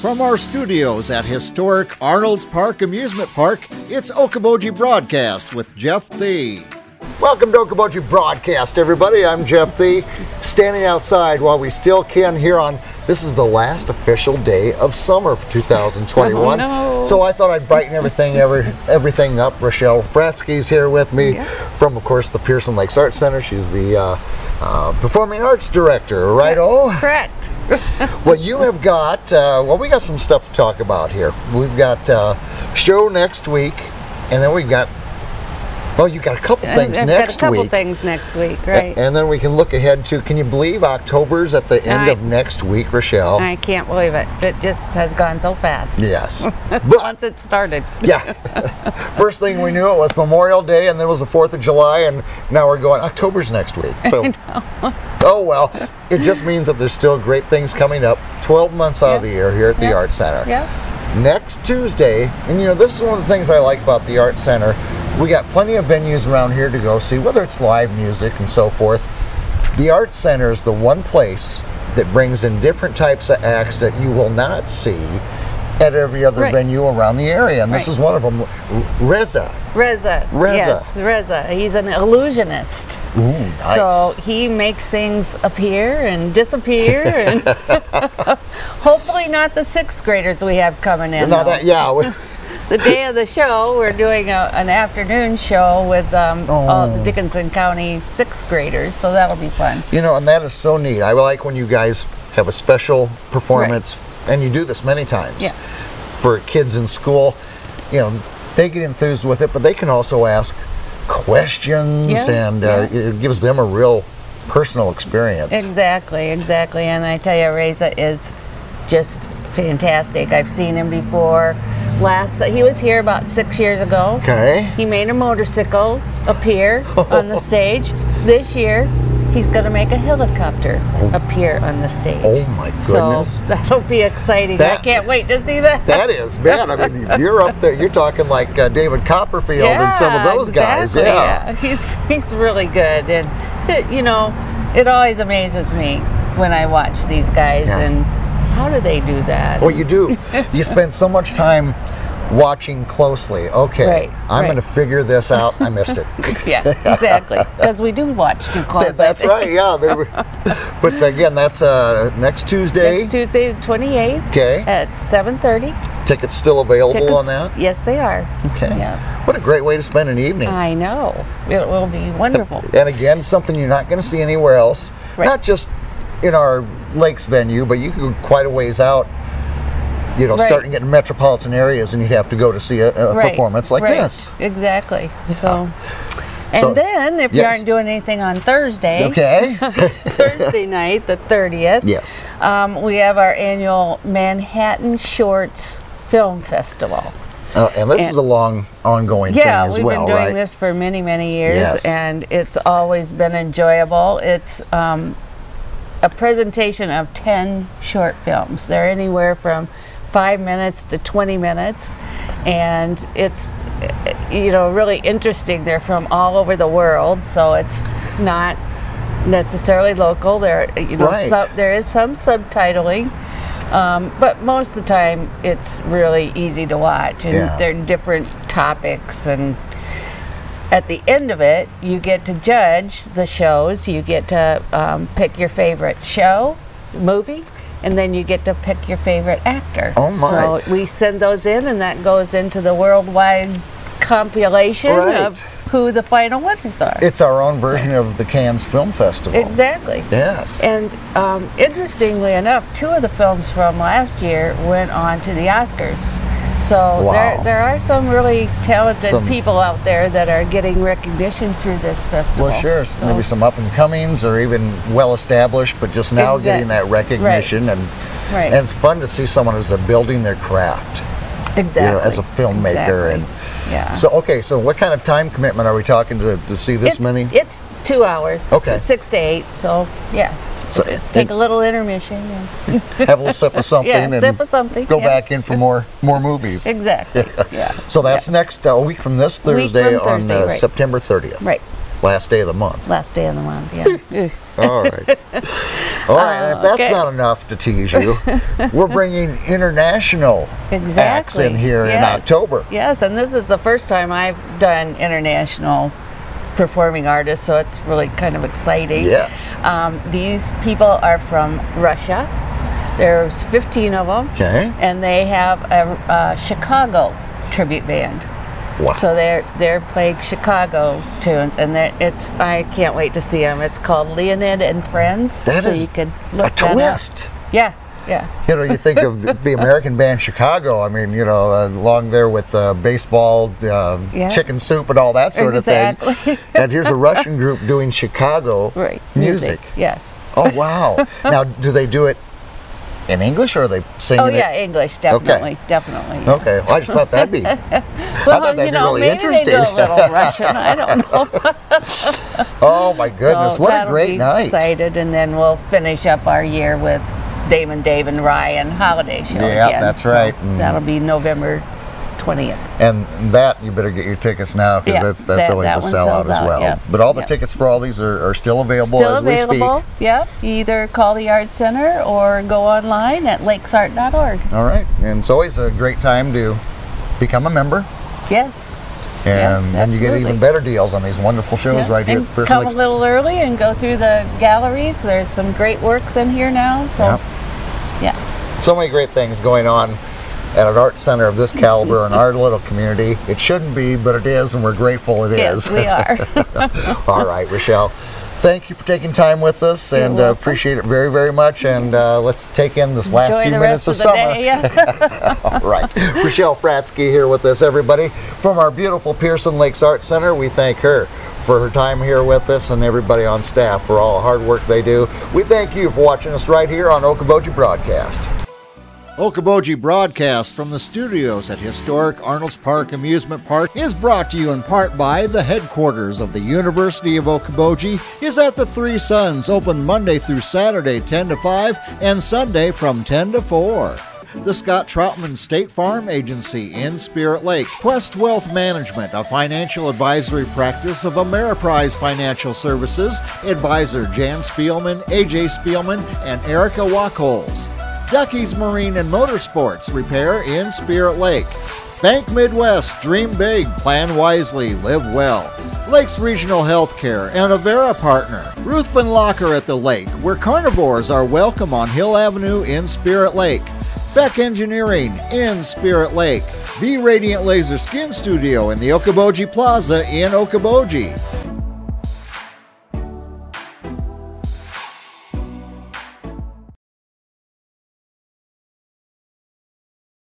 From our studios at historic Arnold's Park Amusement Park, it's Okoboji Broadcast with Jeff Thee. Welcome to Okoboji Broadcast, everybody. I'm Jeff Thee, standing outside while we still can here on this is the last official day of summer for 2021. Oh, no. So I thought I'd brighten everything every, everything up. Rochelle Fratsky's here with me from, of course, the Pearson Lakes Arts Center. She's the uh, uh, Performing Arts Director, right? Oh, Correct. well, you have got, uh, well, we got some stuff to talk about here. We've got uh, show next week, and then we've got, well, you got a couple things I've next got a couple week. things next week, A- right? And then we can look ahead to, can you believe October's at the end I- of next week, Rochelle? I can't believe it. It just has gone so fast. Yes. But, Once it started. yeah. First thing we knew, it was Memorial Day, and then it was the 4th of July, and now we're going, October's next week. So, oh well. It just means that there's still great things coming up 12 months out of the year here at the Yeah. Arts Center. Yeah. next Tuesday. And you know, this is one of the things I like about the Art Center. We got plenty of venues around here to go see, whether it's live music and so forth. The Art Center is the one place that brings in different types of acts that you will not see at every other Right. venue around the area. And this Right. is one of them. Reza. Reza. Reza. Yes, Reza. He's an illusionist. Ooh, nice. So he makes things appear and disappear, and hopefully not the sixth graders we have coming in. now though. that, yeah. we- the day of the show, we're doing a, an afternoon show with um, all the Oh. Dickinson County sixth graders, so that'll be fun. You know, and that is so neat. I like when you guys have a special performance, and you do this many times Yeah. for kids in school. You know, they get enthused with it, but they can also ask questions, Yeah, and uh, it gives them a real personal experience. Exactly, exactly. And I tell you, Reza is just fantastic. I've seen him before. Last, he was here about six years ago. okay. He made a motorcycle appear on the stage. This year, he's going to make a helicopter appear on the stage. Oh my goodness. So that'll be exciting. I That- can't wait to see that. that is man. I mean, you're up there. You're talking like uh, David Copperfield and some of those guys. exactly, Yeah. He's he's really good, and it, you know, it always amazes me when I watch these guys Yeah. Oh, and how do they do that? Well, you do. you spend so much time watching closely. Okay, Right, I'm right. going to figure this out. I missed it. yeah, exactly. Because we do watch too close. I That- that's think. right. Yeah. they were- But again, that's uh, next Tuesday. Next Tuesday, Uh, twenty eighth. Okay. At seven thirty. Tickets still available on that. Yes, they are. Okay. Yeah. Uh, What a great way to spend an evening. I know. It will be wonderful. And again, something you're not going to see anywhere else. Right. Not just in our lakes venue, but you could go quite a ways out. You know, Right. starting getting metropolitan areas, and you'd have to go to see a, a Right, performance like right, this. Exactly. So. And So- then, if you Yes. aren't doing anything on Thursday, Okay. Thursday night, the 30th, yes. Um, we have our annual Manhattan Shorts Film Festival. Uh, and this And- is a long, ongoing Yeah, thing as we've well, been doing right? this for many, many years, Yes. and it's always been enjoyable. It's um, a presentation of 10 short films. They're anywhere from five minutes to 20 minutes, and it's uh, you know really interesting. They're from all over the world, so it's not necessarily local. There, you know, Right. sub- there is some subtitling. Um, but most of the time, it's really easy to watch, and Yeah. they're different topics. And at the end of it, you get to judge the shows. You get to um, pick your favorite show, movie, and then you get to pick your favorite actor. Oh, my. So we send those in, and that goes into the worldwide compilation Right. of who the final winners are. It's our own version of the Cannes Film Festival. exactly. Yes. And um, interestingly enough, two of the films from last year went on to the Oscars. So Wow. there, there are some really talented Some- people out there that are getting recognition through this festival. well, sure. So- Maybe some up and comings, or even well established, but just now Exact- getting that recognition, and Right. and Uh-huh. it's fun to see someone as they're building their craft, exactly. you know, as a filmmaker. Exactly. yeah. And so, okay, so what kind of time commitment are we talking to to see this it's, many? It's two hours. Okay. Six to eight. So yeah. So- Take a little intermission. And, Have a little sip of something, yeah. and Sip of something. go yeah. back in for more more movies. Exactly. yeah. So that's next uh, a week from this Week Thursday from on Thursday, uh, right. September 30th, Right. last day of the month. Last day of the month. Yeah. Ugh. All right. All right. and if that's Oh, okay. not enough to tease you, we're bringing international acts Exactly, in here in yes. October. Yes, and this is the first time I've done international performing artists, so it's really kind of exciting. Yes. Um, these people are from Russia. There's 15 of them. Okay. And they have a, uh Chicago tribute band. Wow. So they're they're playing Chicago tunes, and they're- it's I can't wait to see them. It's called Leonid and Friends. That so is you could a look that up. twist. Yeah, yeah. You know, you think of the, the American band Chicago. I mean, you know, uh, along there with uh, baseball, uh, Yeah. chicken soup, and all that sort of thing. Exactly. and here's a Russian group doing Chicago Right. music. Yeah. Oh wow! now, do they do it in English, or are they singing Oh it? yeah, English definitely, definitely. yeah. Okay, well, I just thought that'd be. Well, thought that'd you be know, really maybe they do a interesting. little Russian. I don't know. Oh my goodness! So what a that'll great be night! Excited, and then we'll finish up our year with Damon, Dave, and Ryan holiday show. Yeah, again. that's So right, Mm. and- that'll be November twentieth. And that you better get your tickets now because Yeah, that's that's that- always that a one sellout sells as out, well. yeah. But all the Yeah. tickets for all these are, are still available Still Oh, as we available. speak. Yep. You either call the art center or go online at lakesart.org. All right, and it's always a great time to become a member, Yes. and then you get even absolutely. better deals on these wonderful shows Yeah. right here and at the Personal come Ex- a little early and go through the galleries. There's some great works in here now. So, Yep. yeah. so many great things going on at an art center of this caliber in our little community. It shouldn't be, but it is, and we're grateful it Yes, is. we are. All right, Rochelle. Thank you for taking time with us, You're and uh, welcome. appreciate it very, very much. And uh, let's take in this last Enjoy few the minutes rest of of the summer. day. Yeah. All right, Rochelle Fratsky here with us, everybody from our beautiful Pearson Lakes Art Center. We thank her for her time here with us, and everybody on staff for all the hard work they do. We thank you for watching us right here on Okoboji Broadcast. Okoboji broadcast from the studios at historic Arnold's Park Amusement Park is brought to you in part by the headquarters of the University of Okoboji is at the Three Suns, open Monday through Saturday 10 to 5 and Sunday from 10 to 4. The Scott Troutman State Farm Agency in Spirit Lake, Quest Wealth Management, a financial advisory practice of Ameriprise Financial Services, advisor Jan Spielman, AJ Spielman, and Erica Wachholz. Ducky's Marine and Motorsports Repair in Spirit Lake. Bank Midwest, dream big, plan wisely, live well. Lakes Regional Healthcare and Avera Partner. Ruthven Locker at the Lake, where carnivores are welcome on Hill Avenue in Spirit Lake. Beck Engineering in Spirit Lake. B Radiant Laser Skin Studio in the Okoboji Plaza in Okoboji.